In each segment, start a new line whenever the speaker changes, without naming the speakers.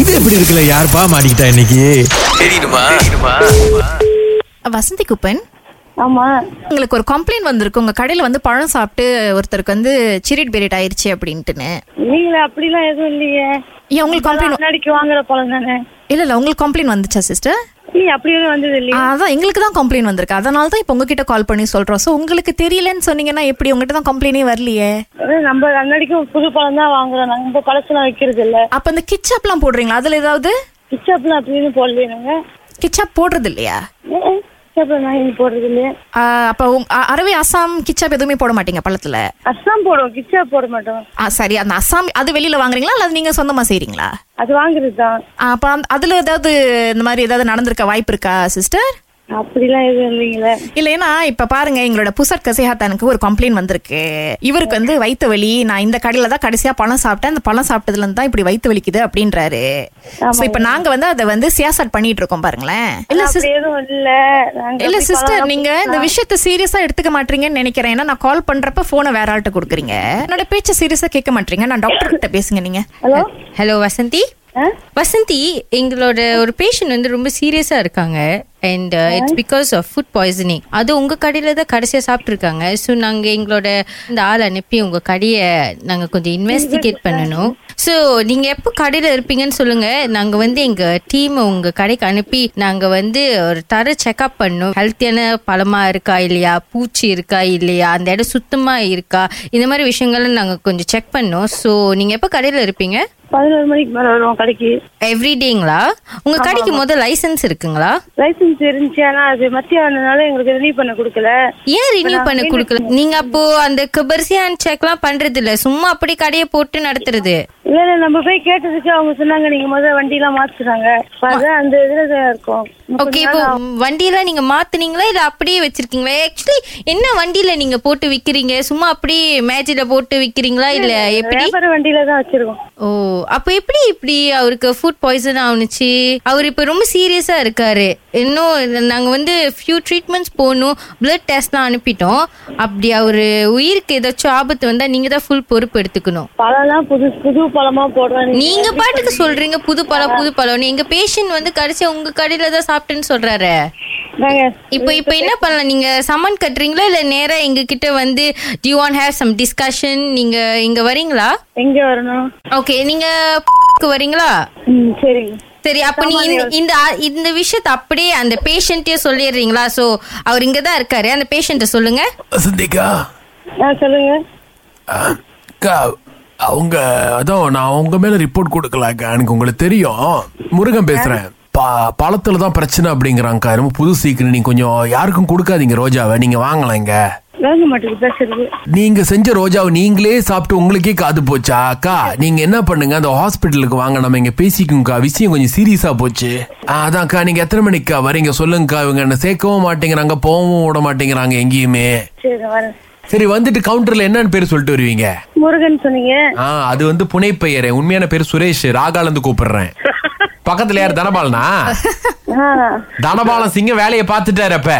இது எப்படி இருக்குல்ல யாருப்பா மாட்டிக்கிட்டா இன்னைக்கு
வசந்தி குப்பன்
ஆமா
உங்களுக்கு ஒரு கம்ப்ளைண்ட் வந்திருக்கு உங்க கடையில வந்து பழம் சாப்பிட்டு ஒருத்தருக்கு வந்து சிரிட் பெரிட் ஆயிருச்சு அப்படின்ட்டுன்னு
நீங்களே அப்படிலாம் எதுவும் இல்லையே
ஏன் உங்களுக்கு கம்ப்ளைண்ட்
முன்னாடிக்கு வாங்குற பழம் தானே
இல்ல இல்ல உங்களுக்கு கம்ப்ளைண்ட் வந்துச்சா சிஸ்டர்
நீ அப்படி ஒன்றும் வந்தது இல்லையா
அதான் எங்களுக்கு தான் கம்ப்ளைண்ட் வந்திருக்கு அதனால தான் இப்போ உங்ககிட்ட கால் பண்ணி சொல்றோம் ஸோ உங்களுக்கு தெரியலன்னு சொன்னீங்கன்னா எப்படி உங்ககிட்ட தான் கம்ப்ளைண்டே வரலையே
அதான் நம்ம அன்னாடிக்கும் புது பழம் தான் வாங்குறோம் நாங்க நம்ம பழசெல்லாம் வைக்கிறது இல்ல
அப்ப இந்த கிச்சப்லாம் போடுறீங்களா அதுல ஏதாவது
கிச்சப்லாம் அப்படின்னு போடலையே நாங்க
கிச்சப் போடுறது இல்லையா
கிச்சப்லாம் நான் இங்கே போடுறது இல்லையே
ஆ, அப்ப உங்க- அ- அரவை அசாம் கிச்சப் எதுவுமே போட மாட்டீங்க பழத்துல
அஸ்ஸாம் போடுவோம் கிச்சப் போட மாட்டோம்
ஆ, சரி அந்த அசாம் அது வெளியில வாங்குறீங்களா அல்லது நீங்க சொந்தமா செய்றீங்களா
அது வாங்குறது தான்
ஆ, அப்ப அந்த- அதுல ஏதாவது இந்த மாதிரி ஏதாவது நடந்திருக்க வாய்ப்பு இருக்கா சிஸ்டர்
அப்படிலாம் எதுவும் இல்லைங்களே
இல்லைன்னா இப்ப பாருங்க எங்களோட புசர் கசிஹாத்தானுக்கு ஒரு கம்ப்ளைண்ட் வந்திருக்கு இவருக்கு வந்து வயித்து வலி நான் இந்த கடையில தான் கடைசியா பழம் சாப்பிட்டேன் அந்த பழம் சாப்பிட்டதுல இருந்து தான் இப்படி வயித்து வலிக்குது அப்படின்றாரு சோ இப்ப நாங்க வந்து அதை வந்து சியாசாட் பண்ணிட்டு இருக்கோம் பாருங்களேன் இல்ல சிஸ்-
அப்படி எதுவும் இல்ல நாங்க
இல்ல
அப்படி
சிஸ்டர்
பழம்
நீங்க இந்த விஷயத்தை சீரியஸா எடுத்துக்க மாட்டீங்கன்னு நினைக்கிறேன் ஏன்னா நான் கால் பண்றப்ப போனை வேற ஆள்கிட்ட கொடுக்குறீங்க என்னோட பேச்ச சீரியஸா கேட்க மாட்டீங்க நான் டாக்டர் கிட்ட பேசுங்க நீங்க
ஹலோ
ஹலோ வசந்தி
ஆ?
வசந்தி எங்களோட ஒரு பேஷண்ட் வந்து ரொம்ப சீரியஸா இருக்காங்க uh, and it's because of food poisoning அது உங்க கடையில தான் கடைசியா சாப்பிட்ருக்காங்க ஸோ நாங்க எங்களோட இந்த ஆள் அனுப்பி உங்க கடையை நாங்க கொஞ்சம் இன்வெஸ்டிகேட் பண்ணணும் ஸோ நீங்க எப்போ கடையில இருப்பீங்கன்னு சொல்லுங்க நாங்க வந்து எங்க டீம் உங்க கடைக்கு அனுப்பி நாங்க வந்து ஒரு தர செக்அப் பண்ணோம் ஹெல்த்தியான பழமா இருக்கா இல்லையா பூச்சி இருக்கா இல்லையா அந்த இடம் சுத்தமா இருக்கா இந்த மாதிரி விஷயங்களை நாங்க கொஞ்சம் செக் பண்ணோம் ஸோ நீங்க எப்போ கடையில இருப்பீங்க
பதினோரு மணிக்கு மேல வருவோம் கடைக்கு
எவ்ரிடேங்களா உங்க கடைக்கு முதல் லைசென்ஸ் இருக்குங்களா
லைசன்ஸ் இருந்துச்சு ஆனா அது மத்திய ஆனதுனால எங்களுக்கு ரிலீவ் பண்ண கொடுக்கல
ஏன் ரினியூ பண்ண கொடுக்கல நீங்க அப்போ அந்த கபர்சியான் செக்லாம் பண்றது இல்ல சும்மா அப்படி கடையை போட்டு நடத்துறது
இல்ல இல்ல நம்ம போய் கேட்டதுக்கு அவங்க சொன்னாங்க நீங்க முதல்ல வண்டி எல்லாம் மாத்துறாங்க அப்ப அதான் அந்த இதுல தான் இருக்கும்
ஓகே இப்போ வண்டியெல்லாம் நீங்க மாத்துனீங்களா இல்ல அப்படியே வச்சிருக்கீங்களா ஆக்சுவலி என்ன வண்டியில நீங்க போட்டு விக்கிறீங்க சும்மா அப்படியே மேஜில போட்டு விக்கிறீங்களா இல்ல எப்படி
வியாபார வண்டியில தான் வச்சிருக்கோம்
ஓ அப்ப எப்படி இப்படி அவருக்கு ஃபுட் பாய்சன் ஆணுச்சு அவர் இப்ப ரொம்ப சீரியஸா இருக்காரு இன்னும் நாங்க வந்து ஃபியூ ட்ரீட்மெண்ட்ஸ் போகணும் பிளட் டெஸ்ட்லாம் அனுப்பிட்டோம் அப்படி அவரு உயிருக்கு ஏதாச்சும் ஆபத்து வந்தா நீங்க தான் ஃபுல் பொறுப்பு எடுத்துக்கணும்
பழம் எல்லாம் புது புது பழமா போடுறாங்க
நீங்க பாட்டுக்கு சொல்றீங்க புது பழம் புது பழம்னு எங்க பேஷண்ட் வந்து கடைசி உங்க கடையில தான் சாப்பிட்டேன்னு சொல்றாரு
நாங்க
இப்போ இப்போ என்ன பண்ணலாம் நீங்க சமன் கட்டுறீங்களா இல்ல நேரா எங்க கிட்ட வந்து do you want have some discussion நீங்க இங்க வரீங்களா
எங்க வரணும்
ஓகே நீங்க வரீங்களா
ம் சரிங்க
சரி அப்ப நீங்க இந்த- இந்த ஆ- இந்த விஷயத்தை அப்படியே அந்த பேஷண்ட்டே சொல்லிடுறீங்களா சோ அவர் இங்க தான் இருக்காரு அந்த பேஷண்ட்ட சொல்லுங்க
வசந்திக்கா
ஆ சொல்லுங்க
அக்கா அவங்க அதான் நான் உங்க மேல ரிப்போர்ட் கொடுக்கலாக்கா எனக்கு உங்களுக்கு தெரியும் முருகன் பேசுறேன் பா பழத்துல தான் பிரச்சனை அப்படிங்கிறாங்கக்கா ரொம்ப புது சீக்கிரம் நீங்க கொஞ்சம் யாருக்கும் கொடுக்காதீங்க ரோஜாவை நீங்க வாங்கலைங்க
வேங்க மாட்டேங்குது பேசுறது
நீங்க செஞ்ச ரோஜாவை நீங்களே சாப்பிட்டு உங்களுக்கே காது போச்சா அக்கா நீங்க என்ன பண்ணுங்க அந்த ஹாஸ்பிட்டலுக்கு வாங்க நம்ம இங்க பேசிக்கும்க்கா விஷயம் கொஞ்சம் சீரியஸா போச்சு ஆ, அதான்க்கா நீங்க எத்தனை மணிக்கா வரீங்க சொல்லுங்கக்கா இவங்க என்ன சேர்க்கவும் மாட்டேங்கிறாங்க போகவும் விட மாட்டேங்கிறாங்க எங்கேயுமே
சரி நான் வரேன்
சரி வந்துட்டு கவுண்டர்ல என்னன்னு பேர் சொல்லிட்டு வருவீங்க
முருகன் சொன்னீங்க
ஆ அது வந்து புனை பெயர் உண்மையான பேர் சுரேஷ் ராகாலந்து கூப்பிடுறேன் பக்கத்துல யார் தனபாலனா
ஆ
தனபாலம் சிங்க வேலையை பார்த்துட்டாரு அப்ப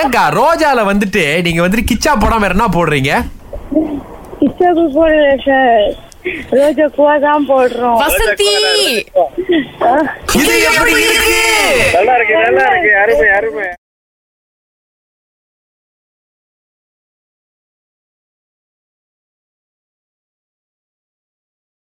ஏங்கா ரோஜால வந்துட்டு நீங்க வந்துட்டு கிச்சா போடாம வேற என்ன போடுறீங்க
இஷ்டாக்கு போடல சார் ரோஜா பூவா தான் போடுறோம்
வசந்தி
ஆ,
இது எப்படி இருக்கு
நல்லா இருக்கு நல்லா இருக்கு அருமை அருமை